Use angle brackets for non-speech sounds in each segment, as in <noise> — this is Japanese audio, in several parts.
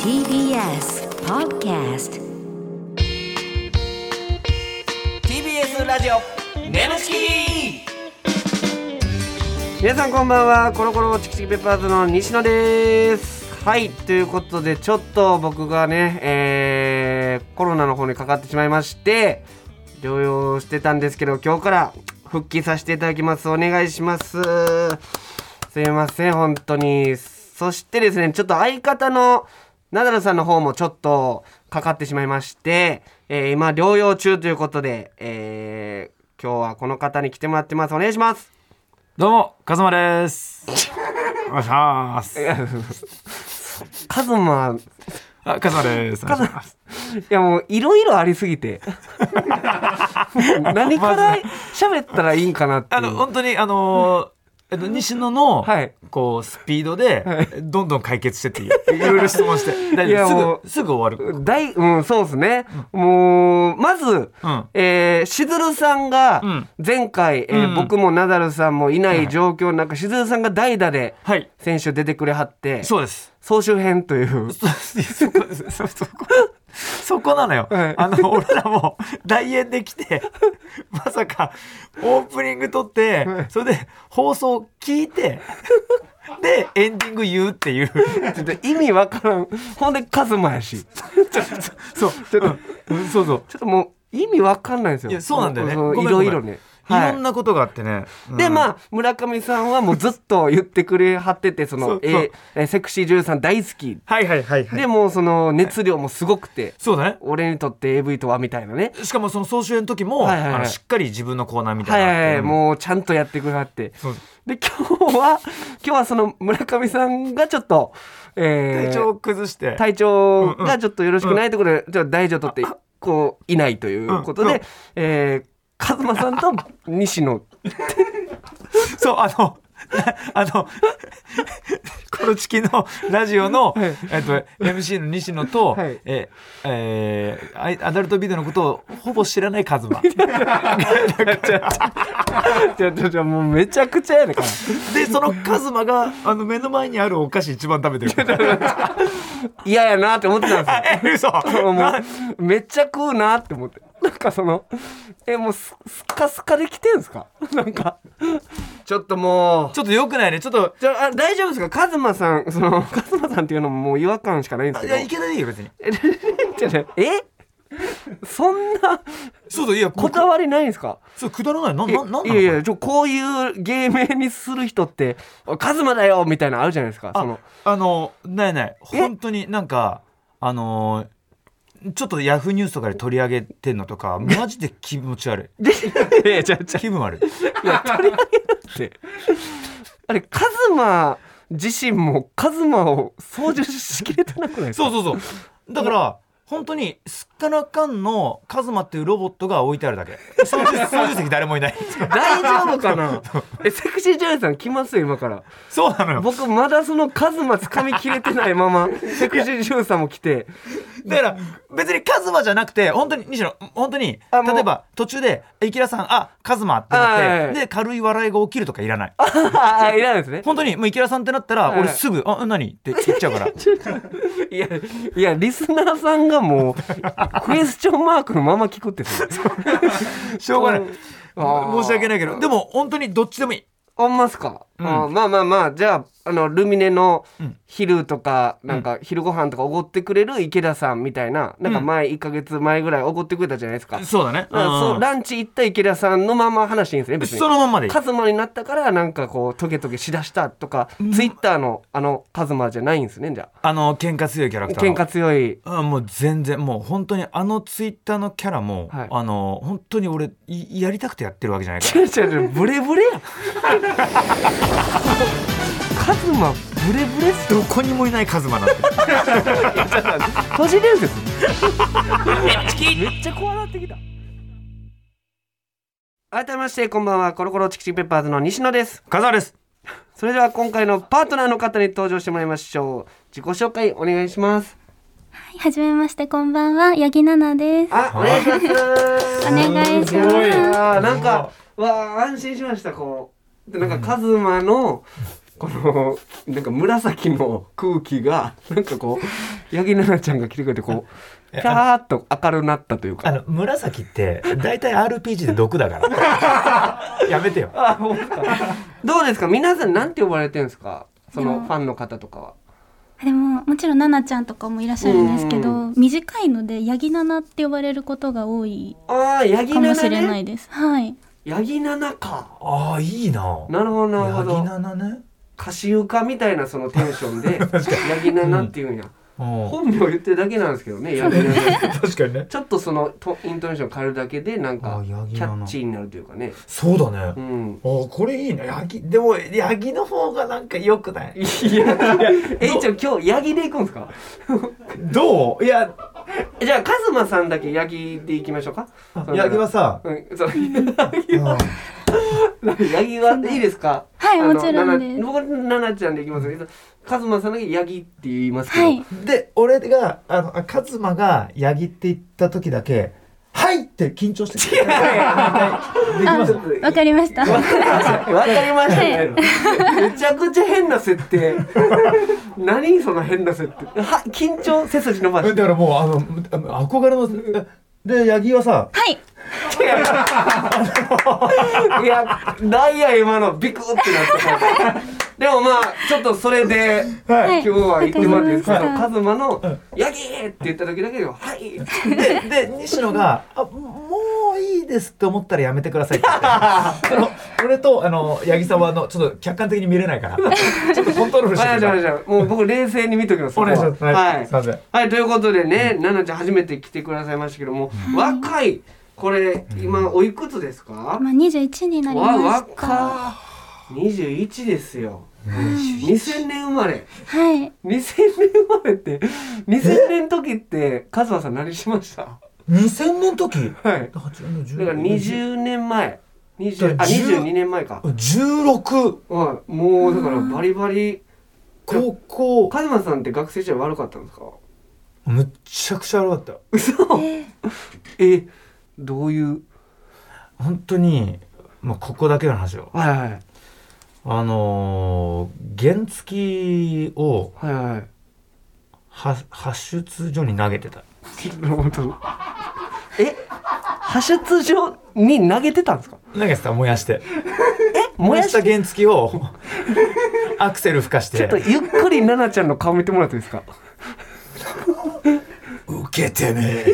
TBS Podcast TBS ラジオネムチキ皆さんこんばんはコロコロチキチキペッパーズの西野ですはいということでちょっと僕がねえー、コロナの方にかかってしまいまして療養してたんですけど今日から復帰させていただきますお願いしますすいません本当にそしてですねちょっと相方のナダルさんの方もちょっとかかってしまいまして、えー今療養中ということで、えー今日はこの方に来てもらってますお願いしますどうも、カズマです。お願いします。カズマ、あ、カズマです。カズマ。いやもういろいろありすぎ <laughs> て。何から喋ったらいいんかなっていあう。の、本当に、あのーえっと、西野の、はいこう、スピードで、どんどん解決してっていう。い <laughs> ろいろ質問して。大いや丈も夫うすぐ、すぐ終わる。大、うん、そうですね。もう、まず、うんえーしずるさんがうん、前回、えーうん僕もナダルさんもいない状況の中、しずるさんが代打で、はい。選手出てくれはって、そうです。総集編という。そそこですそそこそこなのよ、はいあの俺らも大演で来てまさかオープニング撮って、それで放送聞いてでエンディング言うっていうちょっと意味わからん。ほんで、カズマやし。 <laughs> そうちょっうんそうそうちょっともう、意味わかんないんですよ。いやそうなんだよねそのごいめんろごめいんろね。いろんなことがあってね、でまあ村上さんはもうずっと言ってくれはっててそそのうえそうーえーセクシー女優さん大好きあはいはいはいはいでもうその熱量もすごくてそうだね俺にとって AV とはみたいなねしかもその総集編の時も、はいはいはいあのしっかり自分のコーナーみたはいいなのはいはいうんもうちゃんとやってくれはってそうで今日は今日はその村上さんがちょっとえー体調を崩して体調がちょっとよろしくないところでちょっと大女とってこういないということうんうでんえーカズマさんと西 <laughs> 野そう、あの、 <laughs> あの、 <laughs> コロチキのラジオの、はいえっと、MC の西野と、はいえ、えーアイアダルトビデオのことをほぼ知らないカ <laughs> ズマ。じゃじゃじゃもうめちゃくちゃやねんから。で、そのカズマが、あの、目の前にあるお菓子一番食べてる。嫌やなって思ってたんですよ <laughs> え、嘘そうもなうめっちゃ食うなって思ってなんかそのえもうすすかすかで来てんすかなんかちょっともうちょっと良くないね。ちょっと、じゃああ大丈夫ですかカズマさんそのカズマさんっていうのももう違和感しかないんですいけどや、いけないよ、別に。ちょっとえそんなそうだ、いや、ここだわりないんですかそう、くだらない。な、な、なんいなやいのやちょこういう芸名にする人って「カズマだよ!」みたいなのあるじゃないですかその <laughs> あの、ないない。本当になんか、あのー、ちょっとヤフーニュースとかで取り上げてんのとか、マジで気持ち悪い。でいやいやちゃちゃ気分悪い。いや取り上げるってあれカズマ自身もカズマを操縦しきれてなくないですかそうそうそう。だから、本当に、すっからかんのカズマっていうロボットが置いてあるだけ。操縦操縦席誰もいない。大丈夫かなえセクシー女優さん来ますよ今からそうなのよ。僕まだそのカズマ掴みきれてないままセクシー女優さんも来てだから、別にカズマじゃなくて、本当に、西野、本当に、あもう例えば途中で、えイキラさん、あ、カズマってなっはいはいはて、いで、軽い笑いが起きるとかいらない。ああいらないですね本当に、もうイキラさんってなったら、はい俺すぐ、あ、何って言っちゃ <laughs> うから。いやいやリスナーさんがもうクエスチョンマークのまま聞くってそれしょうがない。あー申し訳ないけど、でも本当にどっちでもいい。あんますか、んあーまあまあまあじゃああのルミネのうん昼とか、なんか昼ご飯とかおごってくれる池田さんみたいななんか前1か月前ぐらいおごってくれたじゃないですか,、そうだね。そうランチ行った池田さんのまま話していいんですね別にそのまんまでいいカ。ズマになったからなんかこうトゲトゲしだしたとか、ツイッターのあのカズマじゃないんですねじゃあの、喧嘩強いキャラあクターの。喧嘩強いあもう全然もう本当にあのツイッターのキャラも、はいあの本当に俺いやりたくてやってるわけじゃないか違う違うブレブレやんカズマブレブレっすらどこにもいないカズマ <laughs> なんて都市伝説ネムチキめっちゃ怖なってきた改めましてこんばんはコロコロチキチキペッパーズの西野ですカズマですそれでは今回のパートナーの方に登場してもらいましょう自己紹介お願いしますはじめまして、こんばんは、八木奈々です。あお願いしますお願いしますやなんかわあ安心しましたこうでなんかカズマのこのなんか紫の空気がなんかこう八木奈々ちゃんが来てくれてこうピャーっと明るなったというあかの紫って大体 RPG で毒だからやめてよどうですか皆さんなんて呼ばれてるんですかそのファンの方とかは。でももちろんナナちゃんとかもいらっしゃるんですけど短いのでヤギナナって呼ばれることが多いああ八木かもし奈れな々ね。いです、はい八木奈々か。ああいいななるほどなるほヤギど。ナナね歌詞床みたいなそのテンション <laughs> で八木奈々っていうんや。うん本名言ってるだけなんですけどね八木奈々って。確かにねちょっとそのとイントネーション変えるだけでなんあか八キ木奈ャ々ッチーになるというかね。そうだねうん。あこれいいねヤギでもヤギの方がなんか良くないいや、え、ちょ、今日、ヤギで行くんですかどういやじゃあ、カズマさんだけヤギで行きましょうか。ヤギ <laughs> はさうん、そう、ヤギはいいですかはいあのもちろんですなな僕、ナナちゃんで行きますけど、カズマさんだけヤギって言いますけど。はいで俺があのあカズマがヤギって言った時だけ「はい!」って緊張して違うできあますわかりましたわかりましたね。めちゃくちゃ変な設 <laughs> 定。何その変な設定。は、緊張背筋伸ばして。だからもうあのあの憧れのでヤギははさいいや、なんや今のビクってなってた。でもまあ、ちょっとそれで、ははい今日は言ってもらっていいですか、わかりましたカズマの「ヤギ!」って言った時だけで「はい!」で西野があ「もういいです」って思ったらやめてくださいって言ってその俺とあの八木さんはあのちょっと客観的に見れないからちょっとコントロールしてあくじゃだあさじいゃあもう僕冷静に見ときますお願いしますは、はいいはいすいませんはい、ということでね、奈々ちゃん初めて来てくださいましたけども、若いこれ今おいくつですか、まあ21になりわました若21ですよ2000年生まれはい2000年生まれって2000年時ってカズマさん何しました2000年時はいだかだら20年前20あ22年前か16はい、もうだからバリバリ高校カズマさんって学生時代悪かったんですかむっちゃくちゃ悪かったえどういう本当にまあここだけの話よはいはいあのー原付をはいはいは発出所に投げてたなるほどえ発出所に投げてたんですか投げてた燃やして燃や燃やししてた原付をアクセル吹かしちょてっとゆっくり奈々ちゃんの顔見てもらっていいですかウケてねえ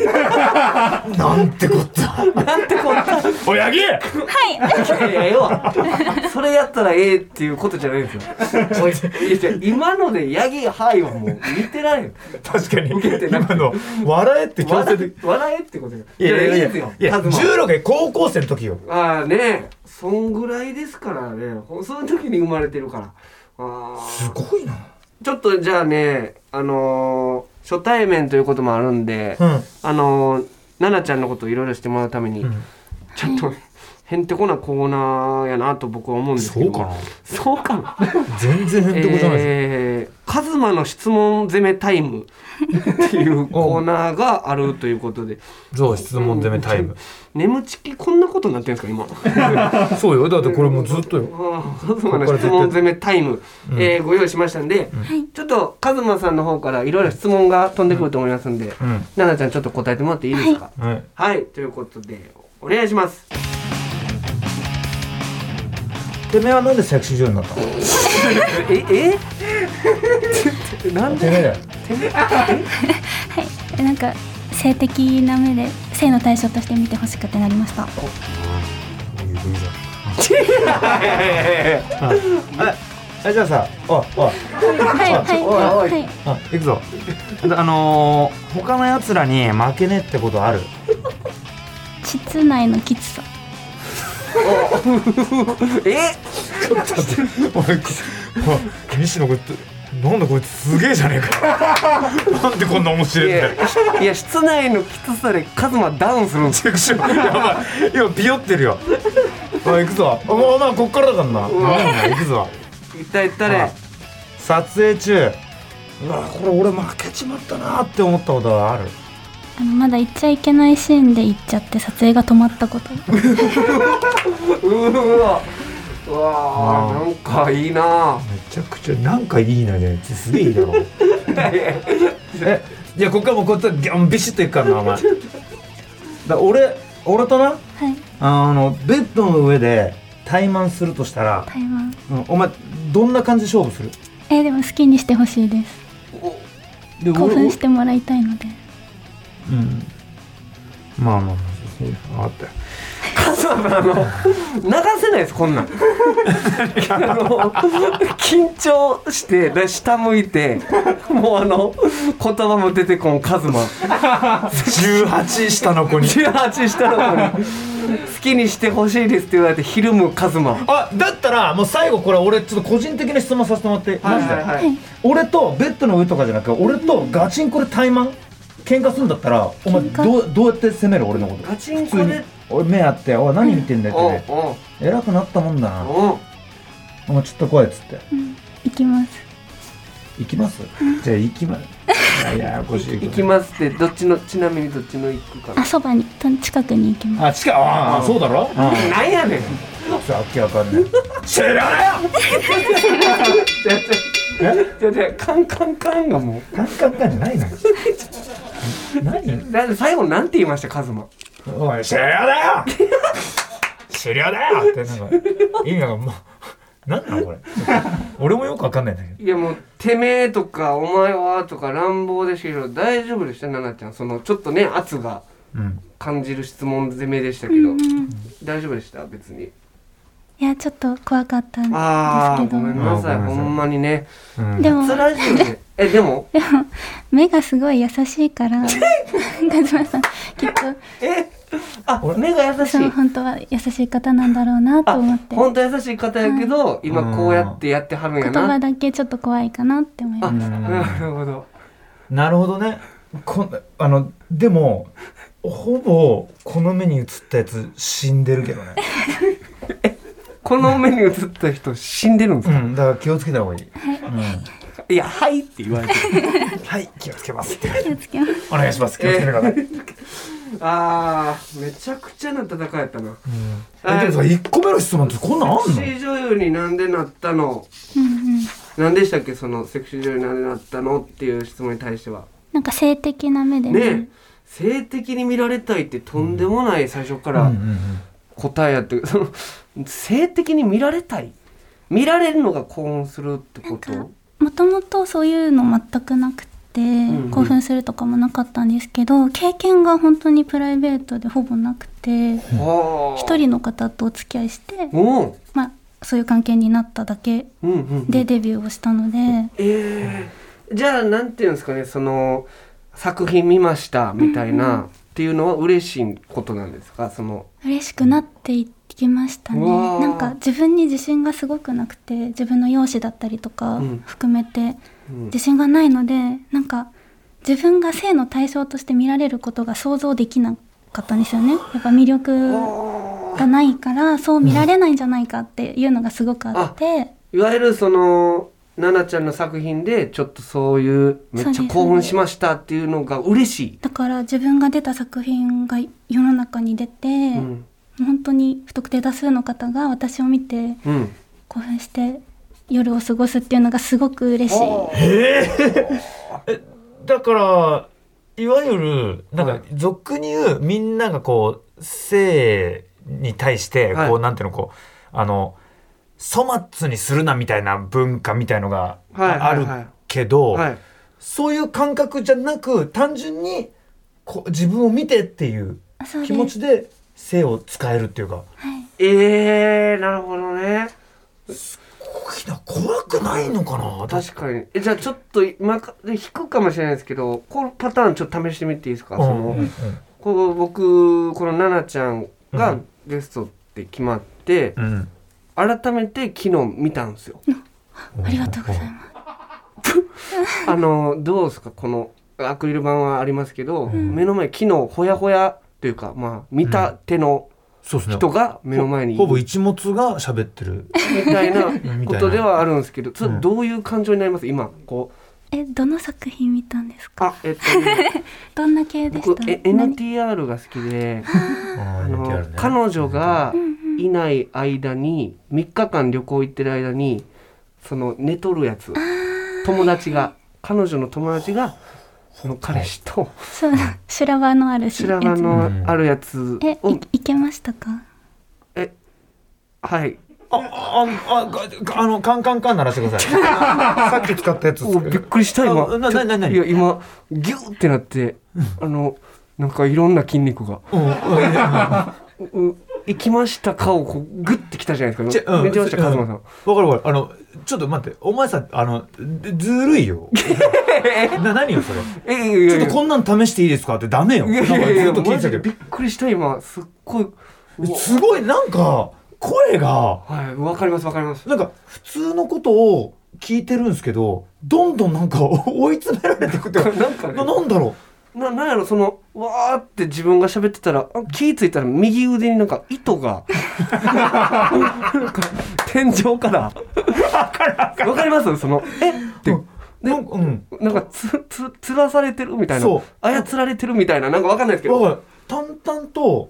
なんてこったなんてこったおやぎはい <laughs> いやいや要はそれやったらええっていうことじゃないです <laughs> よおいいやじゃあ今のでヤギはいはもう見てられん確かにウケてな今の笑えって強制笑的え笑えってことよいやいやいいやですよいやカズマ16で高校生の時よああねそんぐらいですからねほその時に生まれてるからあすあごいなちょっとじゃあねあのー初対面ということもあるんで、うんあのー奈々ちゃんのことをいろいろしてもらうために、んちょっとへんてこなコーナーやなと僕は思うんですけどそうかな全然へんてこじゃないですえーカズマの質問攻めタイムっていうコーナーがあるということでじゃあ質問攻めタイム眠ちきこんなことになってるんですか今そうよだってこれもうずっとよあーカズマの質問攻めタイム、えーご用意しましたんで、ちょっとカズマさんの方からいろいろ質問が飛んでくると思いますんで、うん奈々ちゃんちょっと答えてもらっていいですかはいはい、ということでお願いしますてめえはなんでセクシー女優になったのええなんてでめえはいなんか性的な目で性の対象として見てほしくてなりましたあじゃあさああはいはいおいおはいい、はい、あ、行くぞ。あのー、他の奴らに負けねえってことある。室内のきつさえおい、西野こいつ、なんだこいつすげえじゃねえか。なんでこんな面白いいんだやよ。 <laughs> いや室内のきつさでカズマダウンするんですよセクシーやばい。今ビヨってるよ。おい、行くぞ。あもうな、こっからだからな。なんだ行くぞ。一体誰はい撮影中。うわ、これ俺負けちまったなって思ったことはある。あのまだ行っちゃいけないシーンで行っちゃって撮影が止まったことうーわううわああーなんかいいなめちゃくちゃなんかいいなねすげえいいだろ <laughs> えじゃあここからもうこうやってギャンビシッといくからなお前だ俺俺となはいあのベッドの上で怠慢するとしたら、台湾うんお前どんな感じで勝負するえーでも好きにしてほしいですで興奮しててもらいたいのでうんまあまあまあそうそう分かったよカズ <laughs> マさんあの流せないですこんなんあの緊張してで下向いてもうあの言葉も出てこんカズマ18下の子 <laughs> に18したのに好きにしてほしいですって言われてひるむカズマあだったらもう最後これ俺ちょっと個人的な質問させてもらって、マジで、はい俺とベッドの上とかじゃなくて俺とガチンコで怠慢喧嘩するんだったらお前喧嘩どうどうやって攻める俺のことガチンコで普通に俺目あって「おい何見てんだよ」って、ねお偉くなったもんだなおおお前ちょっと来い」っつって行きます「行きます?」じゃあ行きますいやややこしい行けどきますってどっちのちなみにどっちの行くかあそばにた近くに行きますあ近いああそうだろあななんやねん <laughs> あわけわかんない知らないよじゃじゃカンカンカンがもカンカンカンじゃないのよ何うだって最後なんて言いましたカズマおい終了だよ終了だよってなんか意味がもうなんなのこれ俺もよくわかんないんだけどいやもう「てめえ」とか「お前は」とか乱暴でしたけど大丈夫でした奈々ちゃんそのちょっとね圧がうん感じる質問攻めでしたけうど、んうん大丈夫でした別にいやちょっと怖かったんああですけごめどんなさいあーごめんなさほいんまにねうんでもそラジオ <laughs> でえでも目がすごい優しいから <laughs> ガズマさんきっとえあ目が優し私もい本当は優しい方なんだろうなとあ思って本当優しい方やけど、今こうやってやってはるんや言な葉だけちょっと怖いかなって思いあますなるほどなるほどねこんあのでもほぼこの目に映ったやつ死んでるけどねこの目に映った人死んでるんですうか、んだから気をつけた方がいい、いや「はい」って言われてうん、はい気をつけます気 <laughs> をつけますお願いします気をつけてください、あーめちゃくちゃな戦いやったなえでもさ1個目の質問ってこんなんあんのセクシー女優になんでなったのうんうんなんでしたっけそのセクシー女優になんでなったのっていう質問に対してはなんか性的な目でねえね性的に見られたいってとんでもない最初からうんうんうん答えやってその性的に見られたい見られるのが興奮するってこなんかともともとそういうの全くなくて、ん興奮するとかもなかったんですけど経験が本当にプライベートでほぼなくてはあ一人の方とお付き合いして、おうまあ、そういう関係になっただけうんうんでデビューをしたので、ええじゃあなんていうんですかねその作品見ましたみたいなっていうのは嬉しいことなんですかその嬉しくなっていきましたねうわーなんか自分に自信がすごくなくて自分の容姿だったりとかうん含めてうん自信がないのでなんか自分が性の対象として見られることが想像できなかったんですよねやっぱ魅力がないからそう見られないんじゃないかっていうのがすごくあっていわゆるその奈々ちゃんの作品でちょっとそういうめっちゃ興奮しましたっていうのが嬉しい。だから自分が出た作品が世の中に出て、うん本当に不特定多数の方が私を見てうん、興奮して夜を過ごすっていうのがすごく嬉しい。だからいわゆるなんか俗に言うみんながこう性に対してこう、はいなんていうのこうあの粗末にするなみたいな文化みたいのがはいはいあるはいけど、はい、そういう感覚じゃなく単純にこう自分を見てっていうあそう気持ですちで性を使えるっていうかえー、なるほどね怖くないのかな確かにえじゃあちょっと今かで引くかもしれないですけどこのパターンちょっと試してみていいですか、うそんのうんうんこう僕この奈々ちゃんうがんゲストって決まって、うん改めて昨日見たんで <laughs> すよ。ありがとうございます。あのどうですかこのアクリル板はありますけど、目の前昨日ほやほやというかまあ見た手のそうですね人が目の前にいほるぼ一物が喋ってるみたい <laughs> なたいなことではあるんですけど、それうんどういう感情になります今こうえどの作品見たんですか。あえっ <laughs> とねどんな系でし僕た。え何 NTR が好きで。ああーの NTR ね彼女がいない間に3日間旅行行ってる間にその寝とるやつ友達が彼女の友達がその彼氏とそうだ修羅場のあるし修羅場やのあるやつつえいをいけましたかはいあ、あ、あ、があの、カンカンカン鳴らしてく <laughs> ださい。さっき使ったやつですおびっくりした今あなななないや今ギューってなってあのなんかいろんな筋肉がうんう「んうう行きましたか」をこうグッてきたじゃないですちかょ行きましたうんカズマさんわかるわかる。あの、ちょっと待って、お前さ、あの、ずずる <laughs> いよ。な、何よ、それ。えいやいやいちょっやとこんなの試していいですかってダメよ。いなやんいかやいやずっと聞いマてたジけでどびっくりした今すっごいうわ。すごい、なんか、声が、はいわかりますわかりますなんか、普通のことを聞いてるんですけど、どんどんなんか追い詰められ <laughs> てくっていうか、なんかねななんだろななんやろそのわーって自分が喋ってたらあ気ぃついたら右腕になんか糸がなんか天井からわかりますそのえってう。なんかうん。なんかつつつらされてるみたいなそう操られてるみたいななんかわかんないですけどわかる淡々と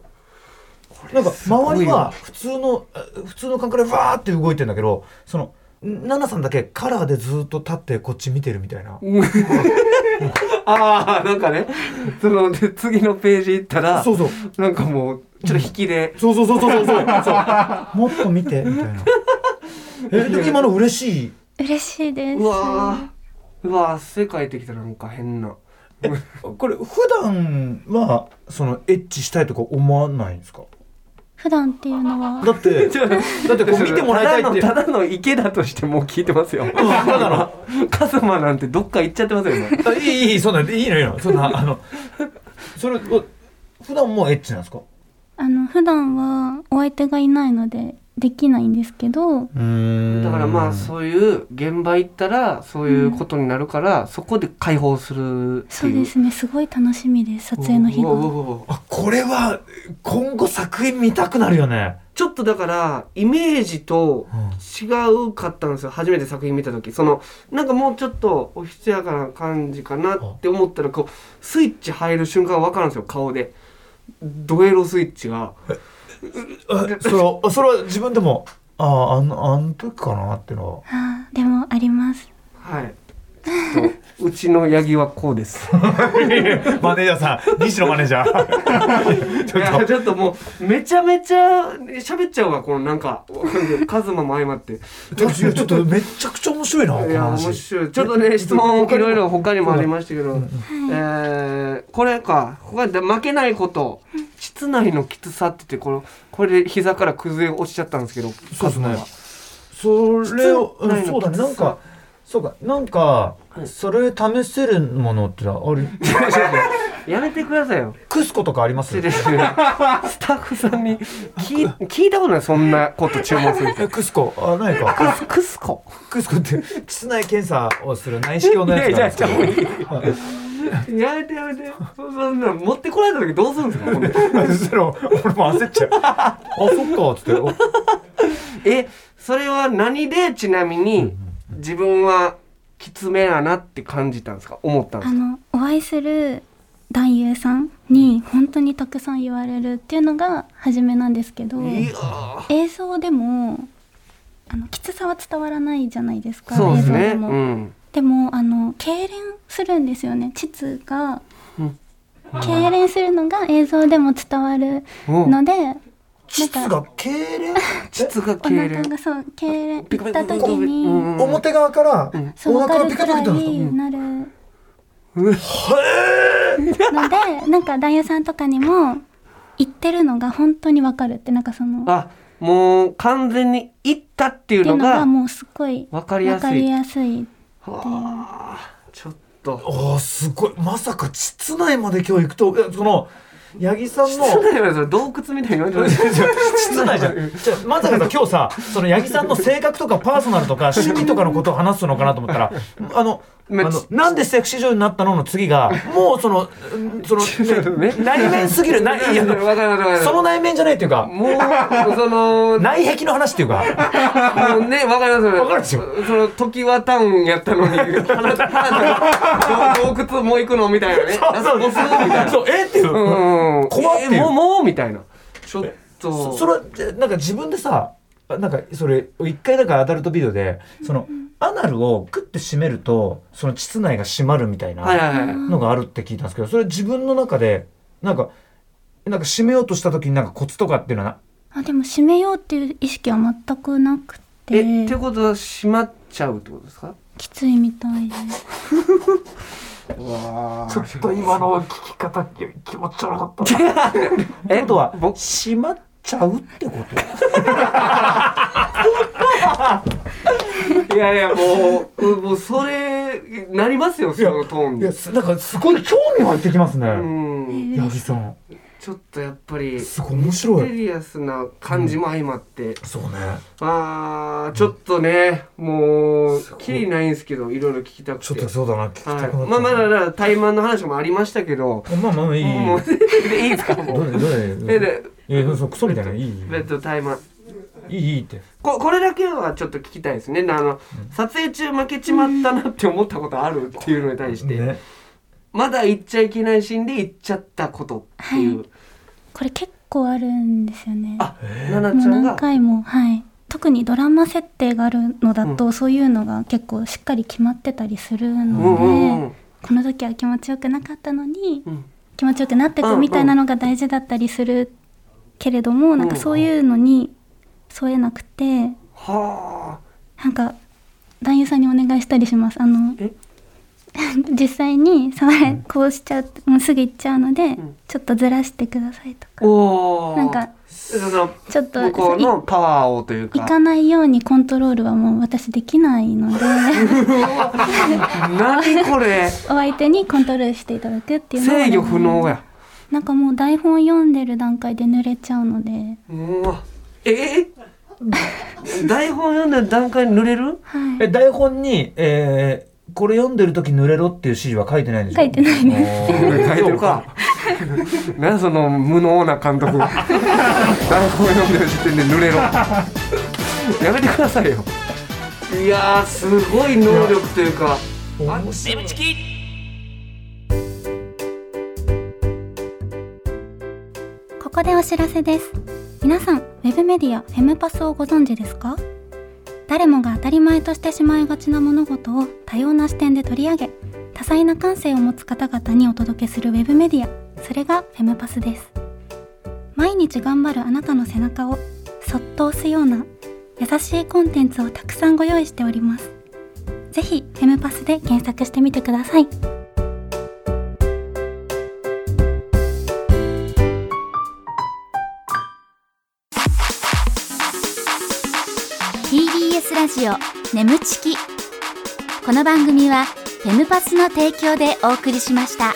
なんか周りは普通のえ普通の感覚でわーって動いてんだけどそのナナさんだけカラーでずっと立ってこっち見てるみたいなああなんかねそので次のページ行ったらそうそうなんかもうちょっと引きで、そうそうそうそうそうそうもっと見てみたいなえでも今の嬉しい嬉しいでうすわーうわー汗かいてきたなんか変なこれ普段はそのエッチしたいとか思わないんですか普段っていうのはだって <laughs> <laughs> ちょだってこう見てもらいたいってただのただの池だとしてもう聞いてますよカズマなんてどっか行っちゃってますよ今あいいいいそんないいのいいのそんなあのそ <laughs> れお普段もエッチなんですかあの普段はお相手がいないのでできないんですけどだだからまあそういう現場行ったらそういうことになるから、そこで解放するってそいううですねすごい楽しみです撮影の日うわうわがうわうわあこれは今後作品見たくなるよね。ちょっとだからイメージとう違うかったんですよ初めて作品見た時そのなんかもうちょっとおひつやかな感じかなって思ったらこうスイッチ入る瞬間が分かるんですよ顔でドエロスイッチがえそれはそれは自分でもあああのあの時かなっていうのあーでもありますはいちょっとうちのヤギはこうです <laughs> はマネージャーさん西野マネージャーいやちょっともうめちゃめちゃ喋っちゃうわこのなんかカズマも相まっていいやちょっとめちゃくちゃ面白いなこのや話面白いちょっとね質問いろいろ他にもありましたけど、えーこれか他で負けないこと室内のきつさって言ってこれこれで膝から崩れ落ちちゃったんですけどそうですねカズマはそれを実はうんそうだねなんかそうかなんかそれ試せるものってのはあれやめてくださいよクスコとかあります失礼しますスタッフさんに聞い聞いたことないそんなこと注文する人えクスコあないかクスクスコクスコって室内検査をする内視鏡のやつなんですけいどやいややめてやめて。そんな持ってこられた時どうするんですかほんで。 <laughs> そしたら俺も焦っちゃうあそっかっつっておえ、それは何でちなみに自分はきつめやなって感じたんですか思ったんであすかのお会いする男優さんに本当にたくさん言われるっていうのが初めなんですけどいやー映像でもあのきつさは伝わらないじゃないですかそうです映像ね。でうも、ん。でもあの痙攣するんですよね膣がうん痙攣するのが映像でも伝わるうん。ので、なんか膣が痙攣膣がお痙腹攣。がそう痙攣ピカ行ピっカたピカ時に、うんうん表側からんそうお分か腹がるピカくピカらってなるんですいなるのうんでなんか男優さんとかにも言ってるのが本当に分かるってなんかそのあ、もう完全にいったっていっていううののががもうすごいわかりやすいわかりやすいはあちょっと。ああすごいまさか膣内まで今日行くといやその八木さんの室内はそれ洞窟みたいに言われてる。 <laughs> 室内じ <laughs> ゃんじゃあまさかさ今日さその八木さんの性格とかパーソナルとか趣味とかのことを話すのかなと思ったらあのあまあのなんでセクシー女優になったのの次がもうそのう <laughs> んそのね内面すぎるないいや <laughs> わかるわかるわかる。その内面じゃないっていうかもう、その、内壁の話っていうか <laughs> もうね、わかります。わかるでしょその、時はタウンやったのに、花田花田の <laughs> 洞窟もう行くのみたいなね。ラスボスみたいな。そうえっていううん。怖っていうえもう、もうみたいな。ちょっとそそれはえなんか自分でさなんかそれ一回なんかアダルトビデオでそのアナルをクッて閉めるとその膣内が閉まるみたいはいなはいはいのがあるって聞いたんですけどそれ自分の中でなんかなんか閉めようとした時になんかコツとかっていうのはあでも閉めようっていう意識は全くなくてえってことは閉まっちゃうってことですかきついみたいですちょっと今の聞き方気持ち悪かったええっとは僕閉まっちゃうってこといやいやもう <laughs> うもうそれなりますよそのトーンいやですなんかすごい興味入ってきますねうん八木さんちょっとやっぱりすごい面白いミステリアスな感じも相まって、そうねまあちょっとねもうすごいきりないんですけどいろいろ聞きたくちょってとそうだな聞きたはいくなったまあまあだから怠慢の話もありましたけどまあまあいいもうでいいですかもどうれどれどえれでえそうクソみたいないいいいベッド怠慢いいいいってここれだけはちょっと聞きたいですねあの、撮影中負けちまったなって思ったことあるっていうのに対して、ねまだ行っちゃいけないシーンで行っちゃったことっていう、これ結構あるんですよねあ奈もう々ちゃ何んが回もはい特にドラマ設定があるのだと、そういうのが結構しっかり決まってたりするのうんで、うんうんこの時は気持ちよくなかったのに、うん気持ちよくなってくみたいなのが大事だったりするけれども、なんかそういうのに添えなくてはなんか男優さんにお願いしたりしますあのえ <laughs> 実際に触れこうしちゃうもうすぐ行っちゃうので、んちょっとずらしてくださいとあかおおなんかそのちょっと向こうそういのパワーをという行かかないようにコントロールはもう私できないの <laughs> で <laughs> 何これお相手にコントロールしていただくっていうのは制御不能やなんかもう台本読んでる段階で濡れちゃうのでうわえー台本読んだ段階に濡れるはいえ台本にえーこれ読んでる時濡れろっていう指示は書いてないんでしょ書いてないですお書ーいてるか。なんやその無能な監督。台本読んでる時点で濡れろ。やめてくださいよ。いやーすごい能力というか。面白いネムチ <laughs> キここでお知らせです。皆さん、ウェブメディアフェムパスをご存知ですか誰もが当たり前としてしまいがちな物事を多様な視点で取り上げ、多彩な感性を持つ方々にお届けするウェブメディア、それがフェムパスです。毎日頑張るあなたの背中をそっと押すような優しいコンテンツをたくさんご用意しております。ぜひ、フェムパスで検索してみてください。 TBS ラジオ眠ちきこの番組はフェムパスの提供でお送りしました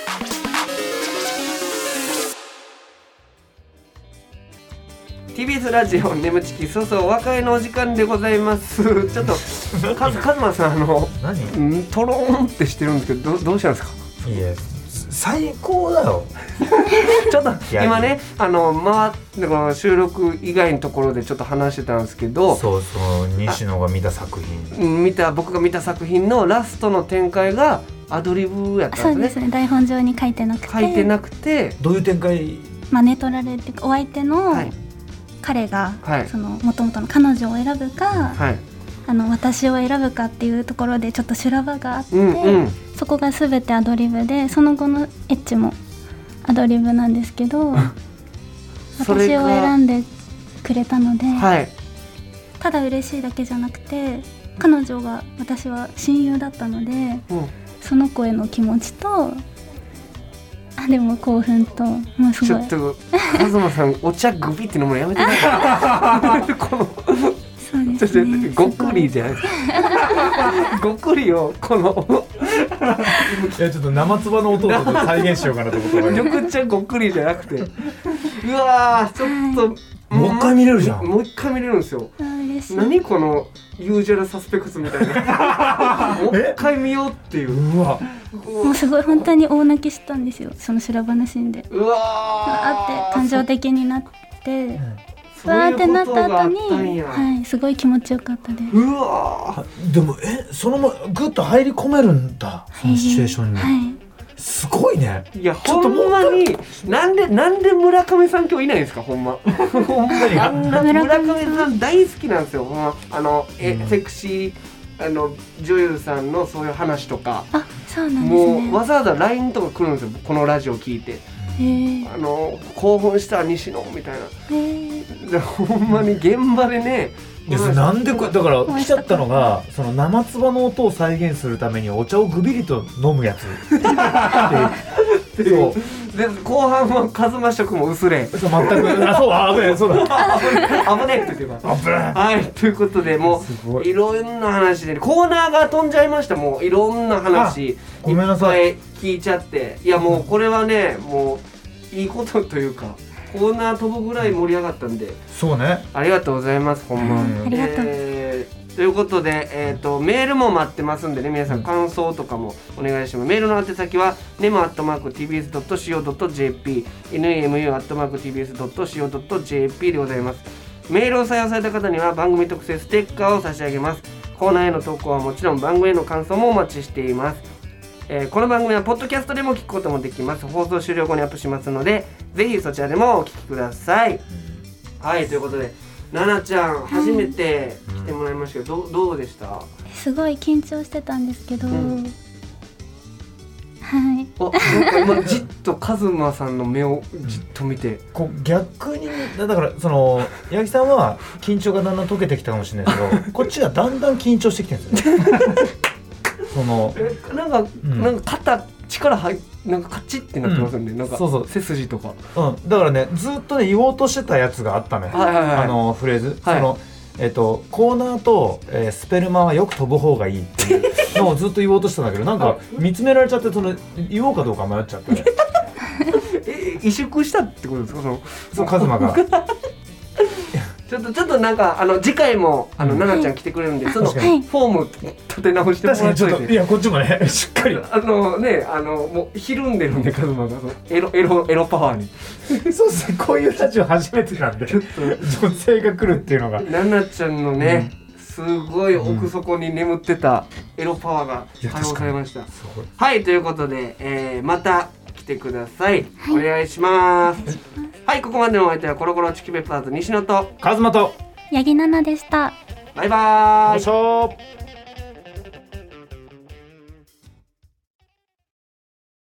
テ TBS ラジオ眠ちきそうそうお別れのお時間でございます。ちょっとカズカズマさんあの何いんトローンってしてるんですけどどどうしたんですか。や最高 <laughs> だよちょっといや今ねあの回ってこの収録以外のところでちょっと話してたんですけど。そうそう西野が見た作品うん見た僕が見た作品のラストの展開がアドリブやっそたうんでですすねね、台本上に書いてなくて、書いてなくてどういう展開真似取られるっていうかお相手の、はい彼が、はいその元々の彼女を選ぶか、はいあの私を選ぶかっていうところでちょっと修羅場があって、うんうんそこが全てアドリブでその後のエッチもアドリブなんですけど <laughs> それ私がを選んでくれたので、はいただ嬉しいだけじゃなくて彼女が私は親友だったのでうんその子への気持ちとあでも興奮ともうすちょごいっとカズマさんお茶グビって飲むのやめてくださ <laughs> いこのそうでちょっとすねごっくりじゃないです <laughs> かごっくりをこのいやちょっと生唾の音を再現しようかなと思って緑茶ごっくりじゃなくてうわーちょっともう一回見れるじゃんもう一回見れるんですよあ嬉しい何このユージュアルサスペクツみたいな <laughs> もう一回見ようっていううわもうすごい本当に大泣きしたんですよその修羅場のシーンでうわあって感情的になってそうわいーってなうっことがたあ後っにたんやはい、すごい気持ちよかったでうわでもえそのままグッと入り込めるんだそのシチュエーションに、はいすごいねいやちょほっとんまになんでなんで村上さん今日いないんですかほんまほんまにあんな村上さん大好きなんですよほんまあのえ、うんセクシーあの女優さんのそういう話とかあそうなんですもうねわざわざ LINE とか来るんですよこのラジオ聞いてへーあの興奮した西野みたいへーなでほんまに現場でねいやそれなんでこれだからお会いし来ちたゃったのがその生つばの音を再現するためにお茶をぐびりと飲む <laughs> やつっていうそうで後半はカズマ色も <laughs> 薄れそう全くあそうあ危ないそうだ危ねえって言ってます危ないはい、ということで、もすごういいろんな話で、コーナーが飛んじゃいました、もういろんな話、ごめんなさいいっぱい聞いちゃって、いや、もうこれはね、もういいことというか、コーナー飛ぶぐらい盛り上がったんで、そうねありがとうございます、ほんま。うんありがとうえーということで、えー、とメールも待ってますんでね皆さん感想とかもお願いしますメールの宛先は nemu.tbs.co.jp nemu.tbs.co.jp でございますメールを採用された方には番組特製ステッカーを差し上げますコーナーへの投稿はもちろん番組への感想もお待ちしていますえーこの番組はポッドキャストでも聞くこともできます放送終了後にアップしますのでぜひそちらでもお聞きください、はいということで奈々ちゃん初めて来てもらいましたけど、どうどうでしたすごい緊張してたんですけど、んはいあなんか今じっとカズマさんの目をじっと見て、こう逆にだからその八木さんは緊張がだんだん解けてきたかもしれないです <laughs> けどこっちがだんだん緊張してきてるんですよねそのえなんか、んなんか肩力入っなんかカチッってなってますよね、なんかそうそう背筋とかうん、だからねずっとね言おうとしてたやつがあったのよ、はいはいはいあのフレーズ、はいそのえっとコーナーと、えースペルマはよく飛ぶ方がいいっていうの <laughs> をずっと言おうとしてたんだけどなんか見つめられちゃってその言おうかどうか迷っちゃってえ萎縮したってことです <laughs> かそのそうカズマが確ちょっとちょっとなんかあの次回もあの、うん奈々ちゃん来てくれるんでそのフ確かにォーム立て直してもからにっちとょっいとていやこっちもねしっかりあのね、あのもうひるんでるんで、カズマがそのエロエロエロパワーに。そうですねこういうラジオ初めてなんで女性が来るっていうのがナナちゃんのね、すごい奥底に眠ってたエロパワーがいや解放されました。すごいはい、ということで、えーまた来てください。お願いします。はい、ここまでのお相手はコロコロチキペッパーズ西野と、カズマと八木奈々でしたバイバーイ。しょー